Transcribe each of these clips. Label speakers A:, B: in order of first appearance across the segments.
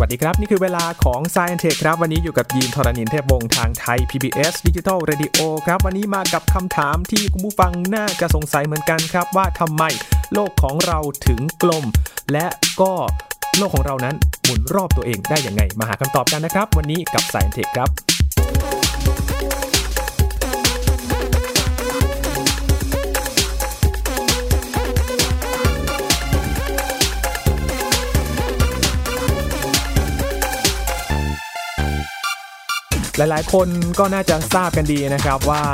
A: วัสดีครับ นี่คือเวลาของ Science Tech ครับ วันนี้อยู่กับยีนทรณินเทพวงศ์ทางไทย PBS Digital Radio ครับ วันนี้มากับคำถามที่คุณผู้ฟังน่าจะสงสัยเหมือนกันครับ ว่าทำไมโลกของเราถึงกลม และก็โลกของเรานั้นหมุนรอบตัวเองได้อย่างไง มาหาคำตอบกันนะครับ วันนี้กับ Science Tech ครับ หลายๆ คนก็น่าจะทราบกันดีนะครับว่า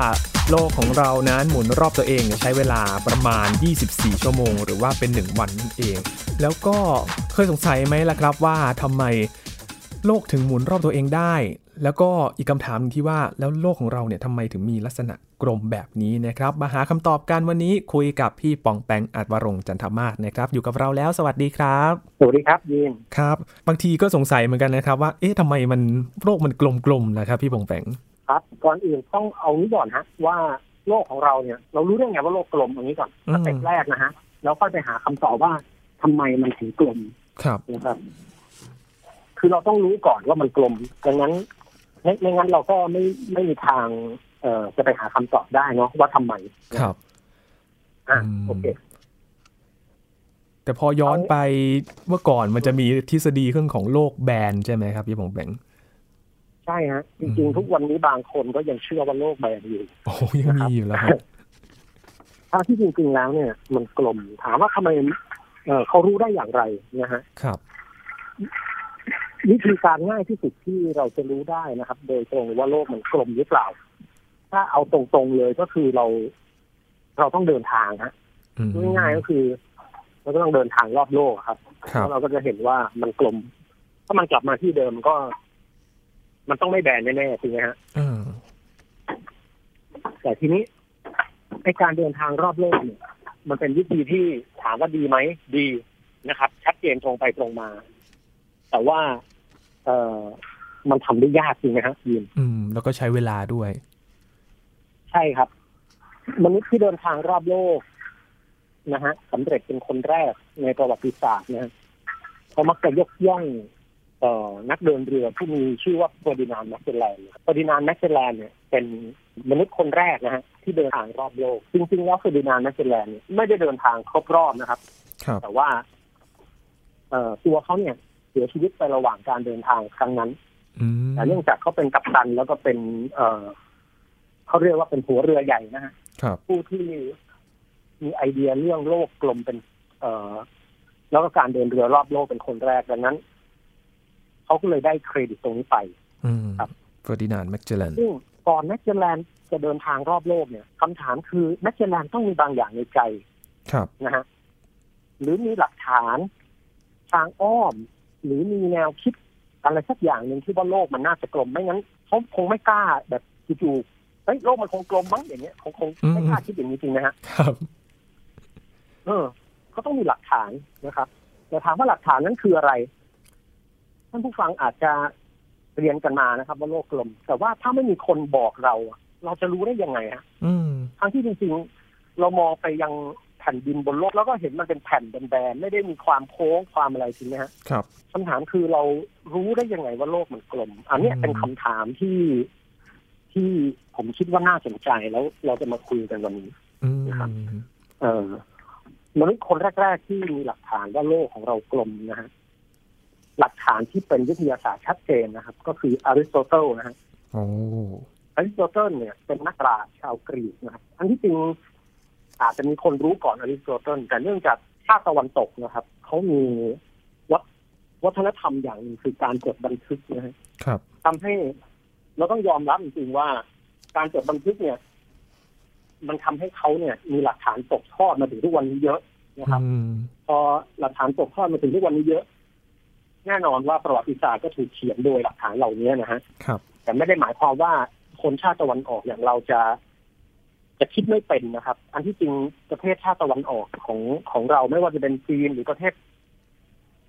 A: โลกของเรานั้นหมุนรอบตัวเองเนี่ยใช้เวลาประมาณ 24 ชั่วโมง หรือว่าเป็น 1 วันนั่นเอง แล้วก็เคยสงสัยไหมล่ะครับว่าทำไมโลกถึงหมุนรอบตัวเองได้ แล้วก็อีกคำถามหนึ่งที่ว่าแล้วโลกของเราเนี่ยทำไมถึงมีลักษณะกลมแบบนี้นะครับ มาหาคำตอบกันวันนี้คุยกับพี่ปองแปงอาจวรงค์จันทมาศนะครับ อยู่กับเราแล้วสวัสดีครับ
B: สวัสดีครับยีน
A: ครับ บางทีก็สงสัยเหมือนกันนะครับว่า เอ๊ะทำไมมันโลกมันกลมๆนะครับพี่ปองแปง
B: ครับ ก่อนอื่นต้องเอานี้ก่อนฮะว่าโลกของเราเนี่ย เรารู้ได้ไงว่าโลกกลมเอันนี้ก่อน
A: อืม
B: สเต็ปแรกนะฮะแล้วค่อยไปหาคำตอบว่าทำไมมันถึงกลม
A: ครับ
B: นะครับ คือเราต้องรู้ก่อนว่ามันกลมดังนั้นไม่ไม่งั้นเราก็ไม่ไม่มีทาง เอ่อจะไปหาคำตอบได้เนาะว่าทำไม
A: ครับ
B: อ่ะ
A: อืม
B: โอเค
A: แต่พอย้อน
B: เอา
A: ไปเมื่อก่อนมันจะมีทฤษฎีเรื่องของโลกแบนใช่ไหมครับพี่ปองแปง
B: ใช่ฮะจ
A: อื
B: ริง
A: ม
B: ๆทุกวันนี้บางคนก็ยังเชื่อว่าโลกใบนี้
A: โอ้โหยังมีอยู่แล้วครับ
B: ทั้งที่จริงๆแล้วเนี่ย มันกลม ถามว่าทำไมเอ่อเขารู้ได้อย่างไรนะฮะ
A: ครับ
B: วิธีการง่ายที่สุดที่เราจะรู้ได้นะครับ โดยตรงว่าโลกมันกลมหรือเปล่า ถ้าเอาตรงๆเลยก็คือเรา เราต้องเดินทางฮะ
A: อืม
B: ง่ายๆก็คือเราก็ต้องเดินทางรอบโลกอะครับ
A: ครับ
B: แล้วเราก็จะเห็นว่ามันกลม ถ้ามันกลับมาที่เดิมก็ มันต้องไม่แบนแน่ๆถูกไหมฮะ
A: อืม
B: แต่ทีนี้ในการเดินทางรอบโลกเนี่ย มันเป็นวิธีที่ถามว่าดีไหมดีนะครับ ชัดเจนตรงไปตรงมา แต่ว่า เออมันทำได้ยากจริงนะฮะยิน
A: อืม แล้วก็ใช้เวลาด้วย
B: ใช่ครับ มนุษย์ที่เดินทางรอบโลกนะฮะสำเร็จเป็นคนแรกในประวัติศาสตร์นะฮะเขามักจะยกย่องเอ่อนักเดินเรือผู้มีชื่อว่าเฟอร์ดินานด์แมกเซลแลนด์เฟอร์ดินานด์แมกเซลแลนด์เนี่ยเป็นมนุษย์คนแรกนะฮะที่เดินทางรอบโลก จริงๆแล้วเฟอร์ดินานด์แมกเซลแลนด์เนี่ยไม่ได้เดินทางครบรอบนะครับ
A: ครับ
B: แต่ว่า เอ่อตัวเขาเนี่ยเสียชีวิตไประหว่างการเดินทางครั้งนั้น
A: อืม
B: แต่เนื่องจากเขาเป็นกัปตันแล้วก็เป็น เอ่อเขาเรียกว่าเป็นหัวเรือใหญ่นะฮะ
A: ครับ
B: ผู้ที่มีไอเดียเรื่องโลกกลมเป็น เอ่อ แล้วก็การเดินเรือรอบโลกเป็นคนแรกดังนั้นเขาก็เลยได้เครดิตตรงนี้ไป
A: อืม
B: ครับ
A: เฟอร์ดินานด์แมกเจลัน
B: ซึ่งก่อนแมกเจลแลนด์จะเดินทางรอบโลกเนี่ยคำถามคือแมกเจลแลนด์ต้องมีบางอย่างในใจ
A: ครับ
B: นะฮะหรือมีหลักฐานทางอ้อม หรือมีแนวคิดอะไรสักอย่างหนึ่งที่ว่าโลกมันน่าจะกลมไม่งั้นเขาคงไม่กล้าแบบจู่ๆเฮ้ยโลกมันคงกลมมั้งอย่างเงี้ยคงคงไม่กล้าคิดอย่างนี้จริงนะฮะ
A: ครับ
B: เออก็ต้องมีหลักฐานนะครับแต่ถามว่าหลักฐานนั้นคืออะไรท่านผู้ฟังอาจจะเรียนกันมานะครับ ว่าโลกกลม แต่ว่าถ้าไม่มีคนบอกเราอะเราจะรู้ได้ยังไงฮะ
A: อืม
B: ทั้งที่จริงๆ เรามองไปยังแผ่นดินบนโลกแล้วก็เห็นมันเป็นแผ่นแบนๆไม่ได้มีความโค้งความอะไรจริงนะฮะ
A: ครับ
B: คำถามคือเรารู้ได้ยังไงว่าโลกมันกลม อันเนี้ย
A: อืม
B: เป็นคำถามที่ที่ผมคิดว่าน่าสนใจแล้วเราจะมาคุยกันวันนี้
A: อืม
B: ครับ เออมนุษย์คนแรก ๆ ที่มีหลักฐานว่าโลกของเรากลมนะฮะหลักฐานที่เป็นวิทยาศาสตร์ชัดเจนนะครับ ก็คืออริสโตเติลนะฮะ
A: โอ้
B: อริสโตเติลเนี่ยเป็นนักปราชญ์ชาวกรีกนะครับอันที่จริงอาจจะมีคนรู้ก่อนอริสโตเติลแต่เนื่องจากชาติตะวันตกนะครับเขามีวัฒวัฒนธรรมอย่างหนึ่งคือการจดบันทึกนะฮะ
A: ครับ
B: ทำให้เราต้องยอมรับจริงๆว่าการจดบันทึกเนี่ย มันทำให้เขาเนี่ย มีหลักฐานตกทอดมาถึงทุกวันนี้เยอะนะครับ
A: อืม
B: พอหลักฐานตกทอดมาถึงทุกวันนี้เยอะ แน่นอนว่าประวัติศาสตร์ก็ถูกเขียนโดยหลักฐานเหล่านี้นะฮะ
A: ครับ
B: แต่ไม่ได้หมายความว่าคนชาติตะวันออกอย่างเราจะ จะคิดไม่เป็นนะครับ อันที่จริงประเทศชาติตะวันออกของของเราไม่ว่าจะเป็นจีนหรือประเทศ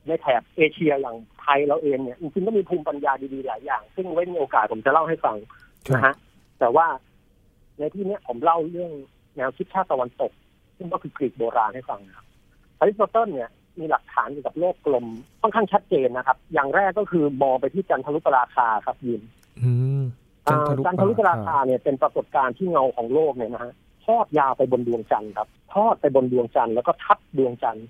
B: ในแถบเอเชียอย่างไทยเราเองเนี่ยจริงๆก็มีภูมิปัญญาดีๆหลายอย่าง ซึ่งไว้มีโอกาสผมจะเล่าให้ฟัง
A: ครับ
B: นะฮะแต่ว่าในที่เนี้ยผมเล่าเรื่องแนวคิดชาติตะวันตก ซึ่งก็คือกรีกโบราณให้ฟังนะครับอริสโตเติลเนี่ย มีหลักฐานเกี่ยวกับโลกกลมค่อนข้างชัดเจนนะครับ อย่างแรกก็คือมองไปที่จันทรุปราคาครับยิน
A: อืม
B: อ่าจันทรุปรา
A: ค
B: คาเนี่ยเป็นปรากฏการณ์ที่เงาของโลกเนี่ยนะฮะทอดยาวไปบนดวงจันทร์ครับทอดไปบนดวงจันทร์แล้วก็ทับดวงจันทร์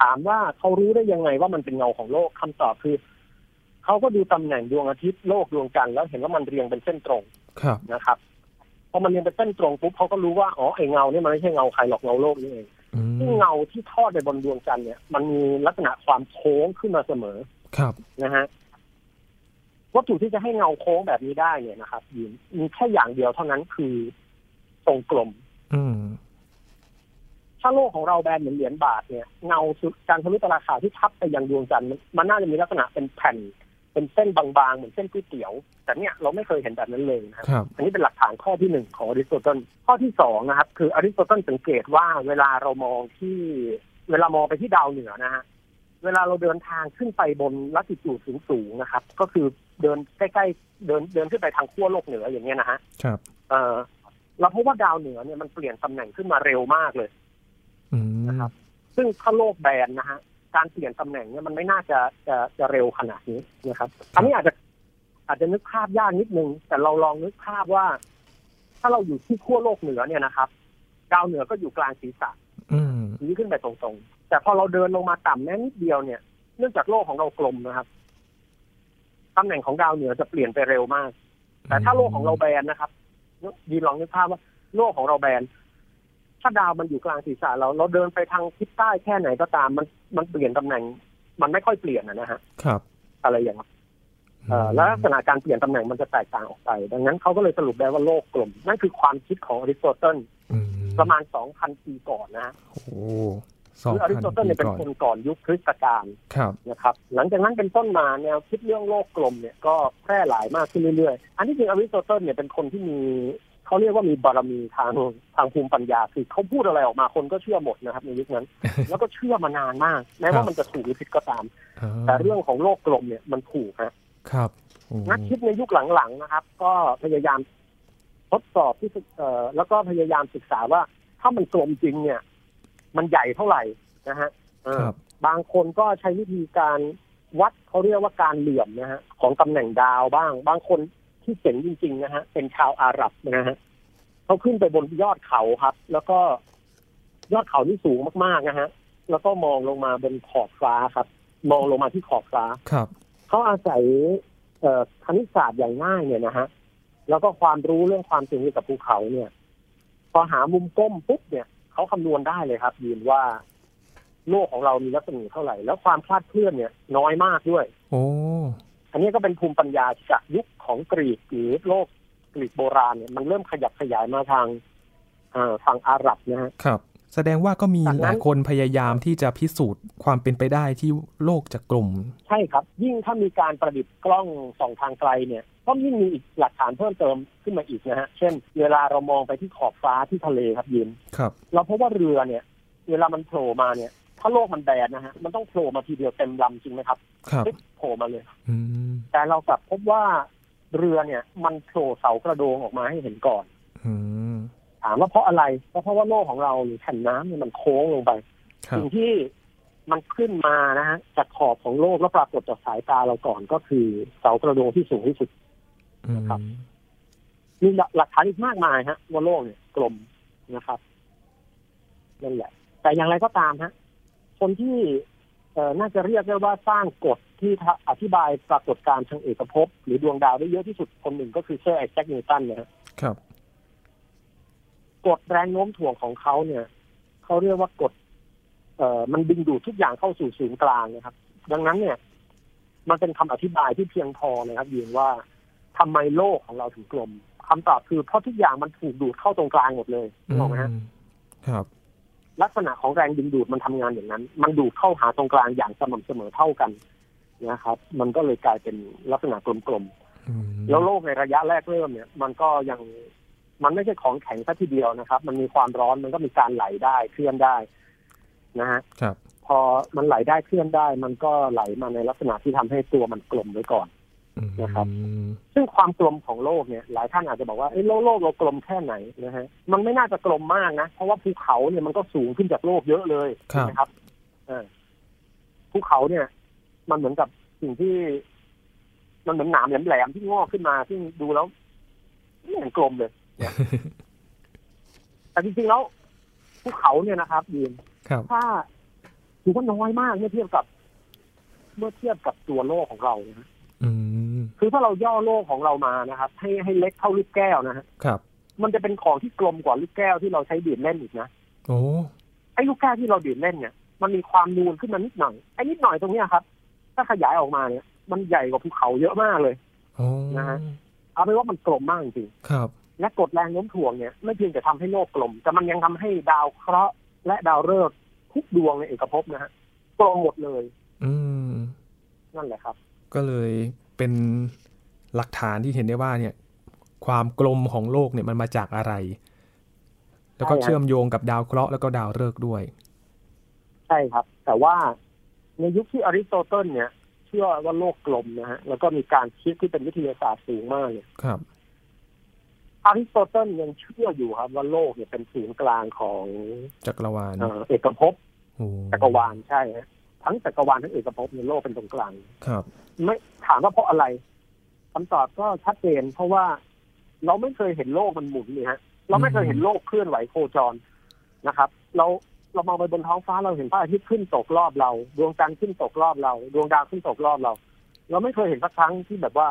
B: ถามว่าเขารู้ได้ยังไงว่ามันเป็นเงาของโลกคำตอบคือเขาก็ดูตำแหน่งดวงอาทิตย์โลกดวงจันทร์แล้วเห็นว่ามันเรียงเป็นเส้นตรง
A: ครับ
B: นะครับพอมันเรียงเป็นเส้นตรงปุ๊บเขาก็รู้ว่าอ๋อไอเงาเนี่ยมันไม่ใช่เงาใครหรอกเงาโลกนี่เอง
A: อืม
B: ซึ่งเงาที่ทอดไปบนดวงจันทร์เนี่ยมันมีลักษณะความโค้งขึ้นมาเสมอ
A: ครับ
B: นะฮะวัตถุที่จะให้เงาโค้งแบบนี้ได้เนี่ยนะครับยินมีแค่อย่างเดียวเท่านั้นคือทรงกลม
A: อืม
B: ถ้าโลกของเราแบนเหมือนเหรียญบาทเนี่ยเงาสุดการทะลุตราคาที่ทับไปยังดวงจันทร์มันมันน่าจะมีลักษณะเป็นแผ่น เป็นเส้นบางๆ เหมือนเส้นก๋วยเตี๋ยว แต่เนี่ยเราไม่เคยเห็นแบบนั้นเลยนะครับ
A: ครับ
B: อันนี้เป็นหลักฐานข้อที่หนึ่งของอริสโตเติลข้อที่สองนะครับ คืออริสโตเติลสังเกตว่าเวลาเรามองที่ เวลามองไปที่ดาวเหนือนะฮะเวลาเราเดินทางขึ้นไปบนลัติจูดสูงๆนะครับ ก็คือเดินใกล้ๆเดินเดินขึ้นไปทางขั้วโลกเหนืออย่างเงี้ยนะฮะ
A: ครับ
B: เออเราพบว่าดาวเหนือเนี่ยมันเปลี่ยนตำแหน่งขึ้นมาเร็วมากเลย
A: อืม
B: นะครับ ซึ่งถ้าโลกแบนนะฮะการเปลี่ยนตำแหน่งเนี่ยมันไม่น่าจะจะจะเร็วขนาดนี้นะครับ อันนี้อาจจะอาจจะนึกภาพยากนิดนึง แต่เราลองนึกภาพว่า ถ้าเราอยู่ที่ขั้วโลกเหนือเนี่ยนะครับดาวเหนือก็อยู่กลางศีรษะ
A: อืม
B: ชี้ขึ้นไปตรงๆ แต่พอเราเดินลงมาต่ำแม้นิดเดียวเนี่ยเนื่องจากโลกของเรากลมนะครับตำแหน่งของดาวเหนือจะเปลี่ยนไปเร็วมาก แต่ถ้าโลกของเราแบนนะครับยีลองนึกภาพว่าโลกของเราแบน ถ้าดาวมันอยู่กลางศีรษะเราเราเดินไปทางทิศใต้แค่ไหนก็ตาม มันมันเปลี่ยนตำแหน่ง มันไม่ค่อยเปลี่ยนอะนะฮะ
A: ครับ
B: อะไรอย่างเงี้ยเอ่อแล้วลักษณะการเปลี่ยนตำแหน่งมันจะแตกต่างออกไป ดังนั้นเขาก็เลยสรุปได้ว่าโลกกลม นั่นคือความคิดของอริสโตเติล
A: อืม
B: ประมาณ 2,000 ปีก่อนนะฮะ
A: โอ้โหสอง
B: คืออริสโต
A: พัน
B: เติล
A: ปี
B: เนี่ยเป็น
A: ก่อน
B: คนก่อนยุคคริสตกาล
A: ครับ
B: นะครับ หลังจากนั้นเป็นต้นมาแนวคิดเรื่องโลกกลมเนี่ยก็แพร่หลายมากขึ้นเรื่อยๆ อันที่จริงอริสโตเติลเนี่ยเป็นคนที่มีเขาเรียกว่ามีบารมีทางทางภูมิปัญญาคือเขาพูดอะไรออกมาคนก็เชื่อหมดนะครับในยุ คนั้น แล้วก็เชื่อมานานมากแม้
A: ครั
B: ว่า
A: บ
B: มันจะถูกหรือผิดก็ตาม
A: อ่า
B: แต่เรื่องของโลกกลมเนี่ยมันถูกฮะ
A: ครับโอ้
B: นักคิดในยุคหลังๆนะครับ ก็พยายามทดสอบที่สุดเอ่อแล้วก็พยายามศึกษาว่า ถ้ามันกลมจริงเนี่ย มันใหญ่เท่าไหร่นะฮะเออ
A: ครับ
B: บางคนก็ใช้วิธีการวัดเขาเรียกว่าการเหลี่ยมนะฮะของตำแหน่งดาวบ้าง บางคนที่เจ๋งจริง ๆ นะฮะเป็นชาวอาหรับนะฮะเขาขึ้นไปบนยอดเขาครับ แล้วก็ยอดเขาที่สูงมากๆนะฮะ แล้วก็มองลงมาบนขอบฟ้าครับ มองลงมาที่ขอบฟ้า
A: ครับ
B: เขาอาศัยเอ่อคณิตศาสตร์อย่างง่ายเนี่ยนะฮะ แล้วก็ความรู้เรื่องความสูงเกี่ยวกับภูเขาเนี่ย พอหามุมก้มปุ๊บเนี่ยเขาคำนวณได้เลยครับยืนว่า โลกของเรามีรัศมีเท่าไหร่ แล้วความคลาดเคลื่อนเนี่ย น้อยมากด้วย
A: โอ้
B: อันนี้ก็เป็นภูมิปัญญาจากยุคของกรีกหรือโลกกรีกโบราณเนี่ยมันเริ่มขยับขยายมาทางเอ่อทางอาหรับนะฮะ
A: ครับ แสดงว่าก็มี
B: จากนั้น
A: หลายคนพยายามที่จะพิสูจน์ความเป็นไปได้ที่โลกจะกลม
B: ใช่ครับ ยิ่งถ้ามีการประดิษฐ์กล้องส่องทางไกลเนี่ยก็ยิ่งมีอีกหลักฐานเพิ่มเติมขึ้นมาอีกนะฮะ เช่น เวลาเรามองไปที่ขอบฟ้าที่ทะเลครับยิน
A: ครับ
B: เราพบว่าเรือเนี่ย เวลามันโผล่มาเนี่ย ถ้าโลกมันแบนนะฮะมันต้องโผล่มาทีเดียวเต็มลำจริงไหมครับ
A: ครับ
B: ปึ๊บโผล่มาเลย
A: อืม
B: แต่เรากลับพบว่าเรือเนี่ย มันโผล่เสากระโดงออกมาให้เห็นก่อน
A: อืม
B: ถามว่าเพราะอะไรก็เพราะว่าโลกของเราหรือแผ่นน้ำเนี่ยมันโค้งลงไป
A: ครั
B: สิ่
A: บ
B: งที่มันขึ้นมานะฮะจากขอบของโลกแล้วปรากฏจากสายตาเราก่อนก็คือเสากระโดงที่สูงที่สุด
A: อืม
B: ครับ มีหลักฐานอีกมากมายฮะว่าโลกเนี่ยกลมนะครับนั่นแหละ แต่อย่างไรก็ตามฮะคนที่เอ่อน่าจะเรียกได้ว่าสร้างกฎที่ทะอธิบายปรากฏการณ์ทางเอกภพหรือดวงดาวได้เยอะที่สุดคนหนึ่งก็คือเซอร์ไอแซคนิวตันนะฮะ
A: ครับ
B: กฎแรงโน้มถ่วงของเขาเนี่ยเขาเรียกว่ากฎเอ่อมันดึงดูดทุกอย่างเข้าสู่ศูนย์กลางนะครับ ดังนั้นเนี่ย มันเป็นคำอธิบายที่เพียงพอนะครับยืนว่าทำไมโลกของเราถึงกลมคำตอบคือเพราะทุกอย่างมันถูกดูดเข้าตรงกลางหมดเลย
A: อื
B: ถูกไหมฮะ
A: มครับ
B: ลักษณะของแรงดึงดูดมันทำงานอย่างนั้น มันดูดเข้าหาตรงกลางอย่างสม่ำเสมอเท่ากันนะครับ มันก็เลยกลายเป็นลักษณะกลม
A: อืม
B: ๆแล้วโลกในระยะแรกเริ่มเนี่ย มันก็ยังมันไม่ใช่ของแข็งซะทีเดียวนะครับ มันมีความร้อนมันก็มีการไหลได้เคลื่อนได้นะฮะ
A: ครับ
B: พอมันไหลได้เคลื่อนได้ มันก็ไหลมาในลักษณะที่ทำให้ตัวมันกลมไว้ก่อน
A: อืม
B: นะครับ ซึ่งความกลมของโลกเนี่ย หลายท่านอาจจะบอกว่าเอ้ยโลกโลกเรากลมแค่ไหนนะฮะมันไม่น่าจะกลมมากนะ เพราะว่าภูเขาเนี่ยมันก็สูงขึ้นจากโลกเยอะเลยนะครับเออ ภูเขาเนี่ย มันเหมือนกับสิ่งที่ มันเหมือนหนามแหลมๆที่งอกขึ้นมาซึ่งดูแล้วไม่เห็นกลมเลย แต่จริงๆแล้วภูเขาเนี่ยนะครับยีน
A: ครับ
B: ถ้าถือว่าน้อยมากเมื่อเทียบกับ เมื่อเทียบกับตัวโลกของเรานะ
A: อืม
B: คือถ้าเราย่อโลกของเรามานะครับ ให้ให้เล็กเท่าลูกแก้วนะฮะ
A: ครับ
B: มันจะเป็นของที่กลมกว่าลูกแก้วที่เราใช้ดื่มเล่นอีกนะ
A: โอ้
B: ไอ้ลูกแก้วที่เราดื่มเล่นเนี่ยมันมีความนูนขึ้นมานิดหน่อยไอ้นิดหน่อยตรงเนี้ยครับ ถ้าขยายออกมาเนี่ย มันใหญ่กว่าภูเขาเยอะมากเลย
A: โอ้
B: นะฮะ เอาเป็นว่ามันกลมมากจริง
A: ครับ
B: ๆและกดแรงโน้มถ่วงเนี่ยไม่เพียงแต่ทำให้โลกกลม แต่มันยังทำให้ดาวเคราะห์และดาวฤกษ์ทุกดวงในเอกภพนะฮะกลมหมดเลย
A: อืม
B: นั่นแหละครับ
A: ก็เลยเป็นหลักฐานที่เห็นได้ว่าเนี่ย ความกลมของโลกเนี่ยมันมาจากอะไร แล้วก็
B: ใช่ครับ
A: เชื่อมโยงกับดาวเคราะห์แล้วก็ดาวฤกษ์ด้วย
B: ใช่ครับ แต่ว่าในยุคที่อริสโตเติลเนี่ย เชื่อว่าโลกกลมนะฮะแล้วก็มีการคิดที่เป็นวิทยาศาสตร์สูงมากเนี่ย
A: ครับ
B: อริสโตเติลยังเชื่ออยู่ครับว่าโลกเนี่ยเป็นศูนย์กลางของ
A: จักรวาล
B: เอ่อเอกภพ
A: โอ้
B: จักรวาลใช่ฮะทั้งจักรวาลทั้งเอกภพเนี่ยโลกเป็นตรงกลาง
A: ครับ
B: ไม่ถามว่าเพราะอะไรคำตอบก็ชัดเจน เพราะว่าเราไม่เคยเห็นโลกมันหมุนนี่ฮะ เราไม่เคยเห็นโลกเคลื่อนไหวโคจรนะครับ เราเรามองไปบนท้องฟ้าเราเห็นพระอาทิตย์ขึ้นตกรอบเรา ดวงจันทร์ขึ้นตกรอบเรา ดวงดาวขึ้นตกรอบเรา เราไม่เคยเห็นสักครั้งที่แบบว่า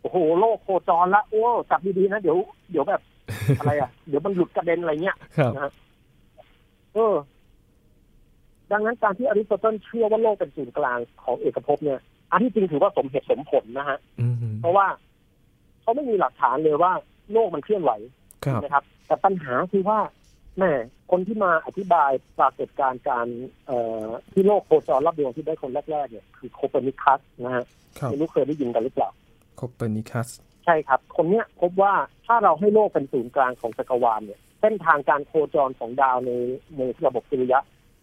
B: โอ้โหโลกโคจรละโอ้จับดีๆนะเดี๋ยวเดี๋ยวแบบ อะไรอ่ะเดี๋ยวมันหลุดกระเด็นอะไรเงี้ย
A: ครับ
B: เออ ดังนั้นการที่อริสโตเติลเชื่อว่าโลกเป็นศูนย์กลางของเอกภพเนี่ย อันที่จริงถือว่าสมเหตุสมผลนะฮะ
A: อืม
B: เพราะว่าเขาไม่มีหลักฐานเลยว่าโลกมันเคลื่อนไหว
A: ครับ
B: นะครับ แต่ปัญหาคือว่าแหม่คนที่มาอธิบายปรากฏการณ์การเอ่อที่โลกโคจรรอบดวงที่ได้คนแรกๆเนี่ยคือโคเปอร์นิคัสนะฮะ
A: ครับ
B: ไม่รู้เคยได้ยินกันหรือเปล่า
A: โคเปอร์นิคัส
B: ใช่ครับ คนเนี้ยพบว่าถ้าเราให้โลกเป็นศูนย์กลางของจักรวาลเนี่ยเส้นทางการโคจรของดาวในในระบบสุริยะ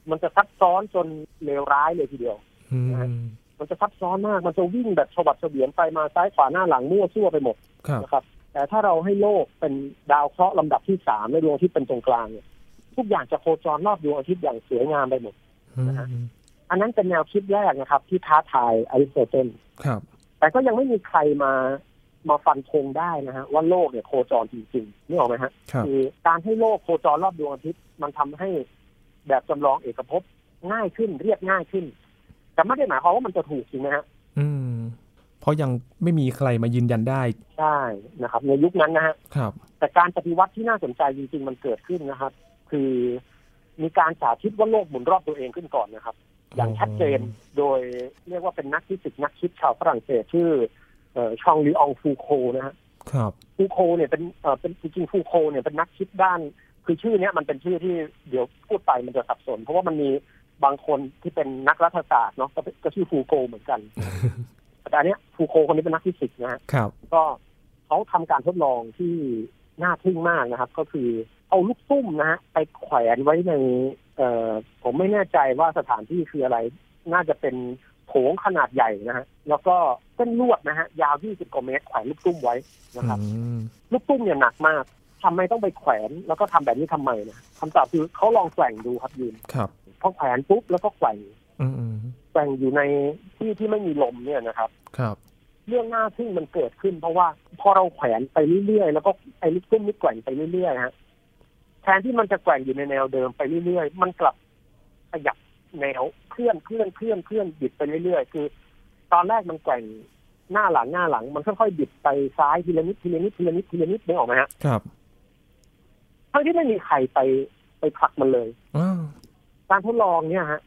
B: มันจะซับซ้อนจนเลวร้ายเลยทีเดียว
A: อืม
B: มันจะซับซ้อนมาก มันจะวิ่งแบบฉวัดเฉวียนไปมาซ้ายขวาหน้าหลังมั่วซั่วไปหมด
A: ครับ
B: นะครับ แต่ถ้าเราให้โลกเป็นดาวเคราะห์ลำดับที่สามในดวงอาทิตย์เป็นตรงกลางเนี่ยทุกอย่างจะโคจรรอบดวงอาทิตย์อย่างสวยงามไปหมด
A: อืม
B: นะฮะ อันนั้นเป็นแนวคิดแรกนะครับ ที่ท้าทายอริสโตเติล
A: ครับ
B: แต่ก็ยังไม่มีใครมามาฟันธงได้นะฮะว่าโลกเนี่ยโคจรจริงๆนี่ออกไหมฮะ
A: ครับ
B: คือการให้โลกโคจรรอบดวงอาทิตย์มันทำให้แบบจำลองเอกภพง่ายขึ้นเรียบง่ายขึ้น แต่ไม่ได้หมายความว่ามันจะถูกจริงนะฮะ
A: อืม เพราะยังไม่มีใครมายืนยันได้
B: ใช่นะครับ ในยุคนั้นนะฮะ
A: ครับ
B: แต่การปฏิวัติที่น่าสนใจจริง ๆ มันเกิดขึ้นนะครับ คือมีการสาธิตว่าโลกหมุนรอบตัวเองขึ้นก่อนนะครับ อย่างชัดเจนโดยเรียกว่าเป็นนักฟิสิกส์นักคิดชาวฝรั่งเศสชื่อเอ่อชองลีอองฟูโคนะฮะ
A: ครับ
B: ฟูโคเนี่ยเป็นเอ่อเป็นจริงๆฟูโคเนี่ยเป็นนักคิดด้าน คือชื่อเนี้ยมันเป็นชื่อที่เดี๋ยวพูดไปมันจะสับสน เพราะว่ามันมีบางคนที่เป็นนักรัฐศาสตร์เนาะก็เป็นก็ชื่อฟูโคเหมือนกัน แต่อันเนี้ยฟูโคคนนี้เป็นนักฟิสิกส์นะฮะ
A: ครับ
B: ก็เขาทำการทดลองที่น่าทึ่งมากนะครับ ก็คือเอาลูกตุ้มนะฮะไปแขวนไว้ใน เอ่อผมไม่แน่ใจว่าสถานที่คืออะไร น่าจะเป็นโถงขนาดใหญ่นะฮะแล้วก็เส้นลวดนะฮะยาว 20กว่าเมตรแขวนลูกตุ้มไว้นะครับ
A: อืม
B: ลูกตุ้มเนี่ยหนักมาก ทำไมต้องไปแขวนแล้วก็ทำแบบนี้ทำไมนะคำตอบคือเขาลองแกว่งดูครับยืน
A: ครับ
B: พอแขวนปุ๊บแล้วก็แกว่ง
A: อืมอืม
B: แกว่งอยู่ในที่ที่ไม่มีลมเนี่ยนะครับ
A: ครับ
B: เรื่องน่าทึ่งมันเกิดขึ้น เพราะว่าพอเราแขวนไปเรื่อยๆ แล้วก็ไอ้ลูกตุ้มนี่แกว่งไปเรื่อยๆฮะ แทนที่มันจะแกว่งอยู่ในแนวเดิมไปเรื่อยๆ มันกลับขยับแนวเคลื่อนเคลื่อนเคลื่อนเคลื่อนบิดไปเรื่อยๆ คือ ตอนแรกมันแกว่งหน้าหลังหน้าหลัง มันค่อยๆบิดไปซ้ายทีละนิดทีละนิดทีละนิดทีละนิดนึกออกไหมฮะ
A: ครับ
B: ทั้งที่ไม่มีใครไปไปผลักมันเลย
A: อ้าว
B: การทดลองเนี่ยฮะ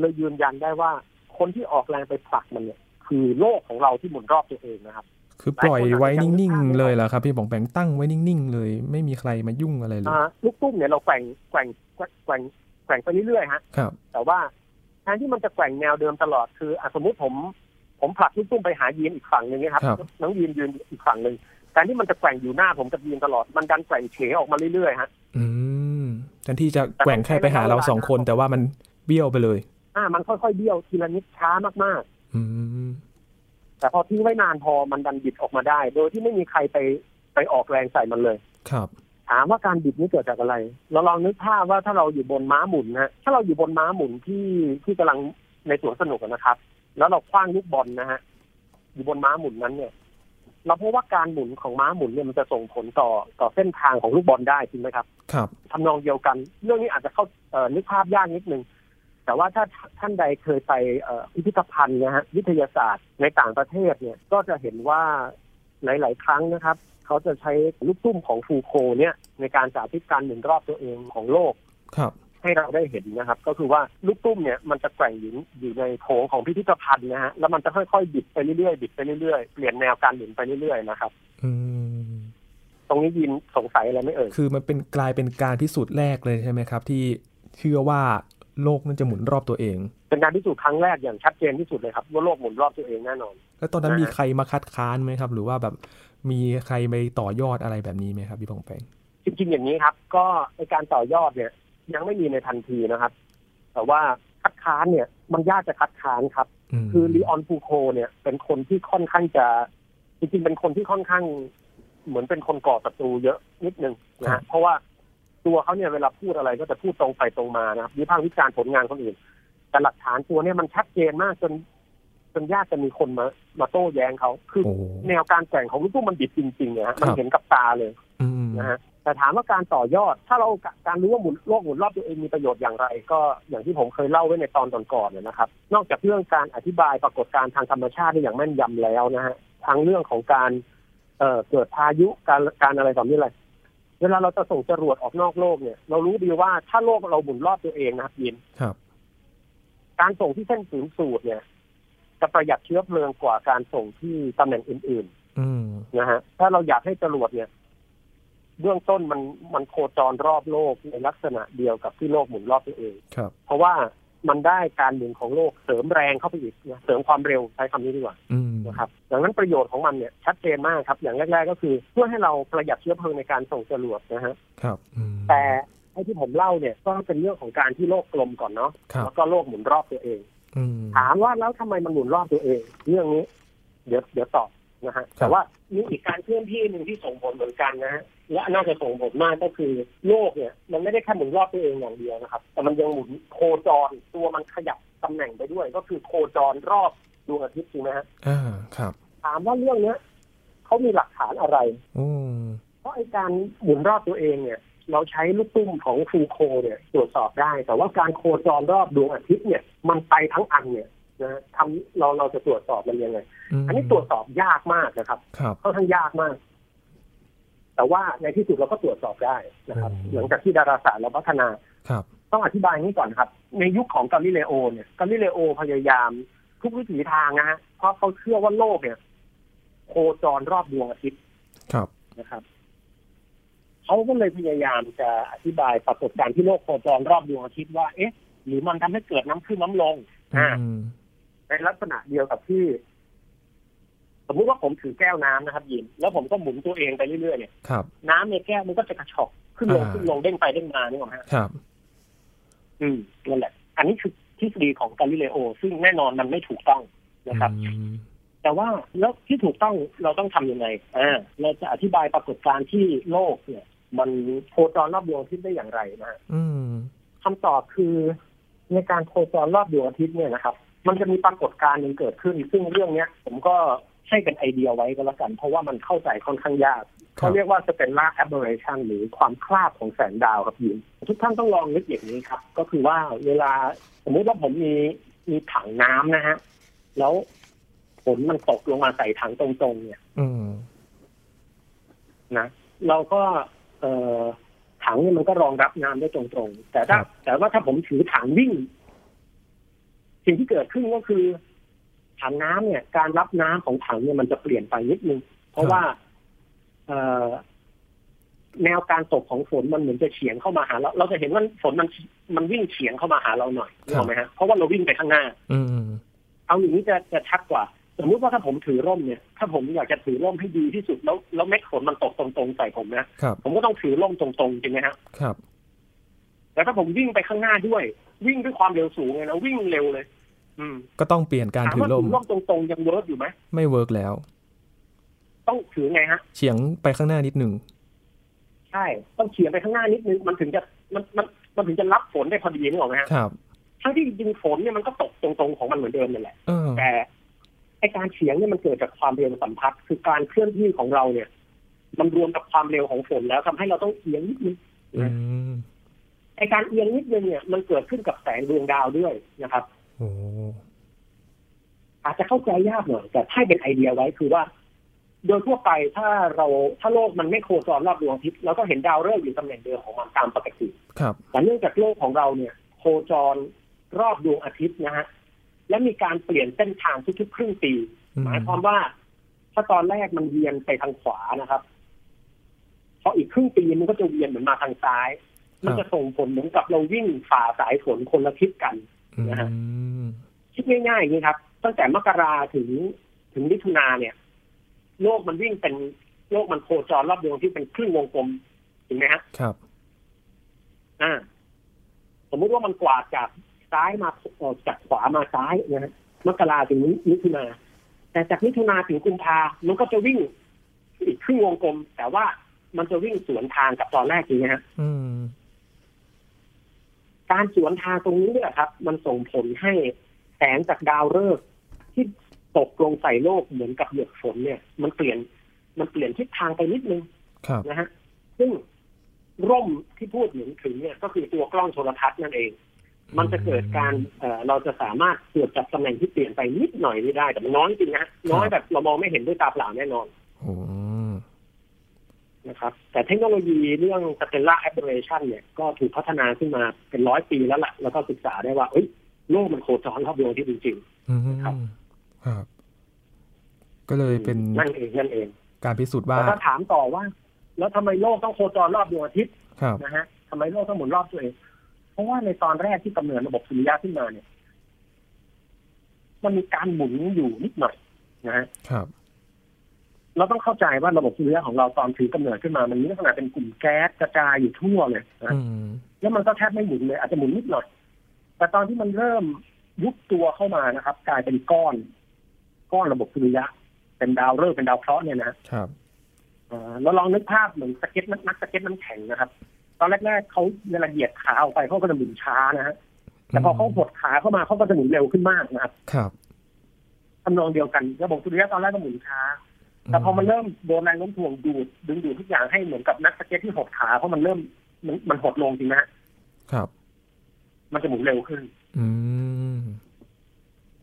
B: เลยยืนยันได้ว่าคนที่ออกแรงไปผลักมันเนี่ย คือโลกของเราที่หมุนรอบตัวเองนะครับ
A: คือปล่อยไว้นิ่งๆ เลยเหรอครับ พี่ป๋องแปงตั้งไว้นิ่งๆ เลย ไม่มีใครมายุ่งอะไรเลย
B: อ่าลูกตุ้มเนี่ยเราแกว่งแกว่งแกว่งแกว่งแกว่งไปเรื่อยๆฮะ
A: ครับ
B: แต่ว่าแทนที่มันจะแกว่งแนวเดิมตลอดคืออะสมมติผม ผมผลักลูกตุ้มไปหายีนอีกฝั่งหนึ่งเนะครับ
A: ครับ
B: น้องยีนยืนอีกฝั่งหนึ่งแทนที่มันจะแกว่งอยู่หน้าผมกับยีนตลอดมันดันแกว่งเฉออกมาเรื่อยๆฮะ
A: อืมแทนที่จะแกว่งแค่ไปหาเราสองคน แต่ว่ามันเบี้ยวไปเลย
B: อ่า มันค่อยๆเบี้ยวทีละนิดช้ามากๆ
A: อืม
B: แต่พอทิ้งไว้นานพอมันดันบิดออกมาได้ โดยที่ไม่มีใครไปไปออกแรงใส่มันเลย
A: ครับ
B: ถามว่าการบิดนี้เกิดจากอะไร เราลองนึกภาพว่าถ้าเราอยู่บนม้าหมุนนะฮะถ้าเราอยู่บนม้าหมุนที่ที่กำลัง ในสวนสนุกอะนะครับ แล้วเราคว้างลูกบอลนะฮะอยู่บนม้าหมุนนั้นเนี่ย เราพบว่าการหมุนของม้าหมุนเนี่ยมันจะส่งผลต่อต่อเส้นทางของลูกบอลได้จริงไหมครับ
A: ครับ
B: ทำนองเดียวกัน เรื่องนี้อาจจะเข้าเอ่อนึกภาพยากนิดนึง แต่ว่าถ้าท่านใดเคยไปเอ่อพิพิธภัณฑ์นะฮะวิทยาศาสตร์ในต่างประเทศเนี่ยก็จะเห็นว่าหลาย ๆ ครั้งนะครับ เขาจะใช้ลูกตุ้มของฟูโคเนี่ยในการสาธิตการหมุนรอบตัวเองของโลก
A: ครับ
B: ให้เราได้เห็นนะครับ ก็คือว่าลูกตุ้มเนี่ยมันจะแกว่งอยู่อยู่ในโถงของพิพิธภัณฑ์นะฮะแล้วมันจะค่อยๆบิดไปเรื่อยๆบิดไปเรื่อยๆเปลี่ยนแนวการหมุนไปเรื่อยๆนะครับ
A: อืม
B: ตรงนี้ยินสงสัยอะไรไหม่เอ่ย
A: คือมันเป็นกลายเป็นการพิสูจน์แรกเลยใช่ไหมครับ ที่เชื่อว่าโลกนั้นจะหมุนรอบตัวเอง
B: เป็นการพิสูจน์ครั้งแรกอย่างชัดเจนที่สุดเลยครับว่าโลกหมุนรอบตัวเองแน่นอน
A: แล้วตอนนั้น
B: อ่าฮะ
A: มีใครมาคัดค้านไหมครับ หรือว่าแบบมีใครไปต่อยอดอะไรแบบนี้ไหมครับพี่ปองแปง
B: จริงๆอย่างนี้ครับ ก็ในการต่อยอดเนี่ย ยังไม่มีในทันทีนะครับ แต่ว่าคัดค้านเนี่ย มันยากจะคัดค้านครับ
A: ม
B: คือลีออนฟูโคเนี่ย เป็นคนที่ค่อนข้างจะจริงๆเป็นคนที่ค่อนข้าง เหมือนเป็นคนก่อศัตรูเยอะนิดนึงนะฮะเพราะว่าตัวเขาเนี่ยเวลาพูดอะไรก็จะพูดตรงไปตรงมานะครับวิพากษ์วิจารณ์ผลงานคนอื่น แต่หลักฐานตัวเนี่ยมันชัดเจนมากจนจนยากจะมีคนมามาโต้แย้งเขาคือ
A: โอ้โห
B: แนวการแกว่งของลูกตุ้มมันบิดจริงๆนะฮะ
A: ครับ
B: มันเห็นกับตาเลย
A: อืม
B: นะฮะแต่ถามว่าการต่อยอด ถ้าเราการรู้ว่าหมุนโลกหมุนรอบตัวเองมีประโยชน์อย่างไร ก็อย่างที่ผมเคยเล่าไว้ในตอนก่อนๆเนี่ยนะครับ นอกจากเรื่องการอธิบายปรากฏการณ์ทางธรรมชาติได้อย่างแม่นยำแล้วนะฮะทั้งเรื่องของการเอ่อเกิดพายุการการอะไรต่อมีอะไรเวลาเราจะส่งจรวดออกนอกโลกเนี่ย เรารู้ดีว่าถ้าโลกเราหมุนรอบตัวเองนะครับยิน
A: ครับ
B: การส่งที่เส้นศูนย์สูตรเนี่ย จะประหยัดเชื้อเพลิงกว่าการส่งที่ตำแหน่งอื่น ๆ
A: อืม
B: นะฮะถ้าเราอยากให้จรวดเนี่ย เบื้องต้นมันมันโคจรรอบโลกในลักษณะเดียวกับที่โลกหมุนรอบตัวเอง
A: ครับ
B: เพราะว่ามันได้การหมุนของโลกเสริมแรงเข้าไปอีกนะเสริมความเร็วใช้คำนี้ดีกว่า
A: อืม
B: นะครับดังนั้นประโยชน์ของมันเนี่ยชัดเจนมากครับ อย่างแรก ๆ ก็คือช่วยให้เราประหยัดเชื้อเพลิงในการส่งจรวดนะฮะ
A: ครับอืม
B: แต่ไอ้ที่ผมเล่าเนี่ยก็เป็นเรื่องของการที่โลกกลมก่อนเนาะ
A: ครับ
B: แล้วก็โลกหมุนรอบตัวเอง
A: อืม
B: ถามว่าแล้วทำไมมันหมุนรอบตัวเอง เรื่องนี้ เดี๋ยวเดี๋ยวตอบนะฮะ
A: ครับ
B: แต่ว่ามีอีกการเคลื่อนที่หนึ่งที่ส่งผลเหมือนกันนะฮะและน่าจะส่งผลมากก็คือโลกเนี่ย มันไม่ได้แค่หมุนรอบตัวเองอย่างเดียวนะครับ แต่มันยังหมุนโคจรตัวมันขยับตำแหน่งไปด้วย ก็คือโคจรรอบดวงอาทิตย์จริงไหมฮะ
A: อ่าครับ
B: ถามว่าเรื่องเนี้ยเขามีหลักฐานอะไร
A: โอ้
B: เพราะไอการหมุนรอบตัวเองเนี่ย เราใช้ลูกตุ้มของฟูโคเนี่ยตรวจสอบได้ แต่ว่าการโคจรรอบดวงอาทิตย์เนี่ย มันไปทั้งอันเนี่ยนะฮะทำเราเราจะตรวจสอบมันยังไง
A: ม
B: อันนี้ตรวจสอบยากมากนะครับ
A: ครับ
B: ค่อนข้างยากมาก แต่ว่าในที่สุดเราก็ตรวจสอบได้นะครับ หลังจากที่ดาราศาสตร์เราพัฒนา
A: ครับ
B: ต้องอธิบายนี้ก่อนครับ ในยุคของกาลิเลโอเนี่ยกาลิเลโอพยายาม ทุกวิถีทางนะฮะเพราะเขาเชื่อว่าโลกเนี่ย โคจรรอบดวงอาทิตย์
A: ครับ
B: นะครับเขาก็เลยพยายามจะอธิบายปรากฏการณ์ที่โลกโคจรรอบดวงอาทิตย์ว่า เอ๊ะ หรือมันทำให้เกิดน้ำขึ้นน้ำลงอ่า
A: อืม
B: ในลักษณะเดียวกับที่ สมมุติว่าผมถือแก้วน้ำนะครับยินแล้วผมก็หมุนตัวเองไปเรื่อยๆเนี่ย
A: ครับ
B: น้ำในแก้วมันก็จะกระชอกขึ้นลง
A: อ่า
B: ขึ้นลงเด้งไปเด้งมานี่หรอกฮะ
A: ครับ
B: อืมนั่นแหละ อันนี้คือทฤษฎีของกาลิเลโอ ซึ่งแน่นอนมันไม่ถูกต้องนะครับ
A: อืม
B: แต่ว่าแล้วที่ถูกต้องเราต้องทำยังไงอ่าเราจะอธิบายปรากฏการณ์ที่โลกเนี่ย มันโคจรรอบดวงอาทิตย์ได้อย่างไรนะฮะ
A: อืม
B: คำตอบคือในการโคจรรอบดวงอาทิตย์เนี่ยนะครับ มันจะมีปรากฏการณ์หนึ่งเกิดขึ้น ซึ่งเรื่องเนี้ย ผมก็ให้เป็นไอเดียไว้ก็แล้วกัน เพราะว่ามันเข้าใจค่อนข้างยาก
A: ครั
B: เขา
A: บ
B: เรียกว่าสเตลล่าแอ e เบอเรชันหรือความคลาบของแสงดาวครับยินทุกท่านต้องลองนึกอย่างนี้ครับ ก็คือว่าเวลาสมมติว่าผมมีมีถังน้ำนะฮะแล้วฝนมันตกลงมาใส่ถังตรงๆเนี่ย
A: อืม
B: นะเราก็เอ่อถังเนี่ยมันก็รองรับน้ำได้ตรงๆ แต่ถ้า แต่ว่าถ้าผมถือถังวิ่ง สิ่งที่เกิดขึ้นก็คือ ถังน้ำเนี่ย การรับน้ำของถังเนี่ยมันจะเปลี่ยนไปนิดนึง เพราะว่าเอ่อแนวการตกของฝนมันเหมือนจะเฉียงเข้ามาหาเราเราจะเห็นว่าฝนมันมันวิ่งเฉียงเข้ามาหาเราหน่อยถูกไหมฮะเพราะว่าเราวิ่งไปข้างหน้า
A: อืม
B: เอาอย่างนี้จะจะชัดกว่า สมมุติว่าถ้าผมถือร่มเนี่ย ถ้าผมอยากจะถือร่มให้ดีที่สุดแล้วแล้วเม็ดฝนมันตกตรงๆใส่ผมนะครับ ผมก็ต้องถือร่มตรงๆจริงไหมฮะ
A: ครับ
B: แล้วถ้าผมวิ่งไปข้างหน้าด้วย วิ่งด้วยความเร็วสูงเลยนะวิ่งเร็วเลย อืม
A: ก็ต้องเปลี่ยนการ
B: ถาม
A: ถือ
B: ว่า
A: ลม
B: ถือร่มตรงๆยังเวิร์กอยู่ไหม
A: ไม่เวิร์กแล้ว
B: ต้องถือไงฮะ
A: เฉียงไปข้างหน้านิดหนึ่ง
B: ใช่ ต้องเฉียงไปข้างหน้านิดนึงมันถึงจะมันมันมันถึงจะรับฝนได้พอดีนึกออกไหมฮะ
A: ครับ
B: ทั้งที่จริงๆฝนเนี่ยมันก็ตกตรงๆของมันเหมือนเดิมนั่นแหละ
A: เออ
B: แต่ไอการเฉียงเนี่ยมันเกิดจากความเร็วสัมพัทธ์คือการเคลื่อนที่ของเราเนี่ย มันรวมกับความเร็วของฝนแล้วทำให้เราต้องเอียงนิดนึง
A: อืม
B: ไอการเอียงนิดนึงเนี่ยมันเกิดขึ้นกับแสงดวงดาวด้วยนะครับ
A: โอ้
B: อาจจะเข้าใจยากหน่อยแต่ให้เป็นไอเดียไว้คือว่า โดยทั่วไปถ้าเราถ้าโลกมันไม่โคจรรอบดวงอาทิตย์เราก็เห็นดาวฤกษ์อยู่ตำแหน่งเดิมของมันตามปกติ
A: ครับ
B: แต่เนื่องจากโลกของเราเนี่ย โคจรรอบดวงอาทิตย์นะฮะและมีการเปลี่ยนเส้นทางทุกๆครึ่งปี
A: อืม
B: หมายความว่า ถ้าตอนแรกมันเวียนไปทางขวานะครับพออีกครึ่งปีมันก็จะเวียนเหมือนมาทางซ้าย มันจะส่งผลเหมือนกับเราวิ่งฝ่าสายฝนคนละทิศกัน
A: อื
B: นะฮะ
A: ม
B: คิดง่ายๆอย่างนี้ครับ ตั้งแต่มกราถึงถึงมิถุนาเนี่ย โลกมันวิ่งเป็นโลกมันโคจรรอบดวงอาที่เป็นครึ่งวงกลมถูกไหมฮะ
A: ครับ
B: อ่าสมมุติว่ามันกวาดจากซ้ายมาเอ่อจากขวามาซ้ายนะฮะมกราถึงมิถุนาแต่จากมิถุนาถึงกุมภามันก็จะวิ่งอีกครึ่งวงกลม แต่ว่ามันจะวิ่งสวนทางกับตอนแรกอย่างเงี้ยฮะ
A: อืม
B: การสวนทางตรงนี้เนี่ยครับ มันส่งผลให้แสงจากดาวฤกษ์ที่ตกลงใส่โลกเหมือนกับหยดฝนเนี่ย มันเปลี่ยน มันเปลี่ยนทิศทางไปนิดนึง
A: ครับ
B: นะฮะ ซึ่งร่มที่พูดถึงถึงเนี่ยก็คือตัวกล้องโทรทัศน์นั่นเอง มันจะเกิดการเอ่อเราจะสามารถตรวจจับตำแหน่งที่เปลี่ยนไปนิดหน่อยนี่ได้ แต่มันน้อยจริงนะ น้อยแบบเรามองไม่เห็นด้วยตาเปล่าแน่นอน
A: โอ้
B: นะครับ แต่เทคโนโลยีเรื่อง stellar aberration เนี่ยก็ถูกพัฒนาขึ้นมาเป็นร้อยปีแล้วล่ะ แล้วก็ศึกษาได้ว่าเอ้ยโลกมันโคจรรอบดวงอาที่จริง
A: อืม
B: ครับ
A: ครับ ก็เลยเป็น
B: ๆนั่นเองนั่นเอง
A: การพิสูจน์ว่า
B: แต่ถ้าถามต่อว่า แล้วทำไมโลกต้องโคจรรอบดวงอาทิตย์
A: ครับ
B: นะฮะทำไมโลกต้องหมุนรอบตัวเอง เพราะว่าในตอนแรกที่กำเนิดระบบสุริยะขึ้นมาเนี่ย มันมีการหมุนอยู่นิดหน่อยนะฮะ
A: ครับ
B: เราต้องเข้าใจว่าระบบสุริยะของเราตอนถือกำเนิดขึ้นมา มันมีลักษณะเป็นกลุ่มแก๊สกระจายอยู่ทั่วเลยนะ
A: อืม
B: แล้วมันก็แทบไม่หมุนเลย อาจจะหมุนนิดหน่อย แต่ตอนที่มันเริ่มยุบตัวเข้ามานะครับ กลายเป็นก้อน ก้อนระบบสุริยะ เป็นดาวฤกษ์เป็นดาวเคราะห์เนี่ยนะ
A: ครับ
B: อ่าเราลองนึกภาพเหมือนสเก็ตนักนักสเก็ตน้ำแข็งนะครับ ตอนแรกๆเขาเวลาเหยียดขาออกไปเขาก็จะหมุนช้านะฮะแต่พอเขาหดขาเข้ามาเขาก็จะหมุนเร็วขึ้นมากนะครับ
A: ครับ
B: ทำนองเดียวกันระบบสุริยะตอนแรกก็หมุนช้า แต่พอมันเริ่มโดนแรงโน้มถ่วงดูดดึงดูดทุกอย่างให้เหมือนกับนักสเก็ตที่หดขาเพราะมันเริ่มมันมันหดลงจริงนะฮะ
A: ครับ
B: มันจะหมุนเร็วขึ้น
A: อืม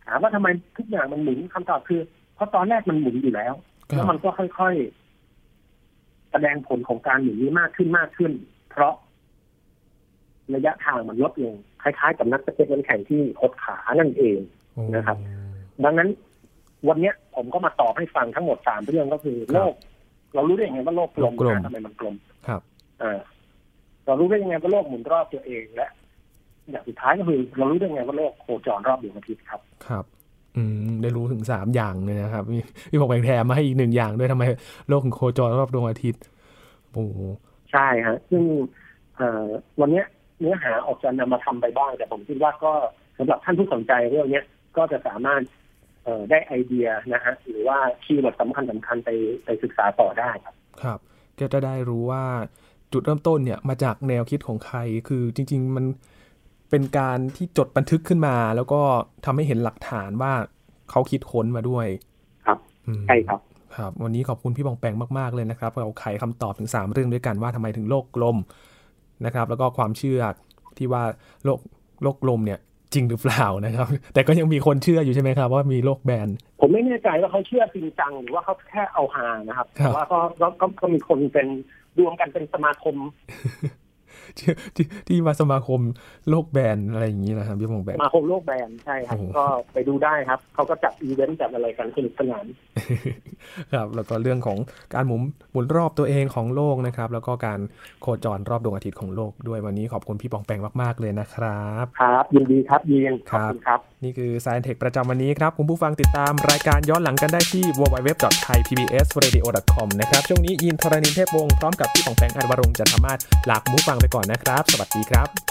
B: ถามว่าทำไมทุกอย่างมันหมุนคำตอบคือเพราะตอนแรกมันหมุนอยู่แล้ว
A: ครั
B: แล้ว
A: บ
B: มันก็ค่อยๆแสดงผลของการหมุนนี้มากขึ้นมากขึ้น เพราะ ระยะทางมันลดลงคล้ายๆกับนักสเก็ตบนแข่งที่หดขานั่นเอง
A: โอ้
B: นะครับ ดังนั้น วันเนี้ยผมก็มาตอบให้ฟังทั้งหมดสามเรื่องก็คือโลก เรารู้ได้ยังไงว่าโลกกลมนะทำไมมันกลม
A: ครับ
B: เออเรารู้ได้ยังไงว่าโลกหมุนรอบตัวเองและอย่างสุดท้ายก็คือ เรารู้ได้ยังไงว่าโลกโคจรรอบดวงอาทิตย์ครับ
A: ครับ อืม ได้รู้ถึงสามอย่างเลยนะครับ มีมีบอกแบ่งแถมมาให้อีกหนึ่งอย่างด้วยทำไมโลกถึงโคจรรอบดวงอาทิตย์ โอ้โห
B: ใช่ฮะซึ่งเอ่อวันเนี้ยเนื้อหาออกจะนำมาทำไปบ้าง แต่ผมคิดว่าก็สำหรับท่านผู้สนใจเรื่องเนี้ยก็จะสามารถเอ่อได้ไอเดียนะฮะหรือว่าคีย์เวิร์ดสำคัญสำคัญไปไปศึกษาต่อได้ครับ
A: ครับ ก็จะได้รู้ว่าจุดเริ่มต้นเนี่ยมาจากแนวคิดของใคร คือจริง ๆ มันเป็นการที่จดบันทึกขึ้นมา แล้วก็ทำให้เห็นหลักฐานว่าเขาคิดค้นมาด้วย
B: ครับ
A: อืม
B: ใช่ครับ
A: ครับ วันนี้ขอบคุณพี่บองแปงมาก ๆ เลยนะครับ เราไขคำตอบถึง 3 เรื่องด้วยกันว่าทำไมถึงโลกกลมนะครับ แล้วก็ความเชื่อที่ว่าโลกโลกกลมเนี่ยจริงหรือเปล่านะครับ แต่ก็ยังมีคนเชื่ออยู่ใช่ไหมครับ ว่ามีโลกแบน
B: ผมไม่แน่ใจว่าเขาเชื่อจริงจังหรือว่าเขาแค่เอาหานะครับ
A: ครับ
B: แต่ว่าก็ก็ก็ก็มีคนเป็นรวมกันเป็นสมาคม
A: ที่ที่ที่มาสมาคมโลกแบนอะไรอย่างนี้นะครับพี่บองแป
B: ส
A: ง
B: มาคมโลกแบนใช่ครับ
A: โอ้โห
B: ก็ไปดูได้ครับเขาก็จัดอีเวนต์จัดอะไรกันสนุกสนาน
A: ครับแล้วก็เรื่องของการหมุนหมุนรอบตัวเองของโลกนะครับ แล้วก็การโคจรรอบดวงอาทิตย์ของโลกด้วยวันนี้ขอบคุณพี่บองแปงมากๆเลยนะครับ
B: ครับ ยินดีครับยินขอบคุณครับ
A: นี่คือ Science Tech ประจำวันนี้ครับ คุณผู้ฟังติดตามรายการย้อนหลังกันได้ที่ www.thaipbsradio.com นะครับ ช่วงนี้ยินทรณินเทพวงศ์พร้อมกับพี่ของแปงอัดวรงค์จันทมาศลาคุณผู้ฟังไปก่อนนะครับ สวัสดีครับ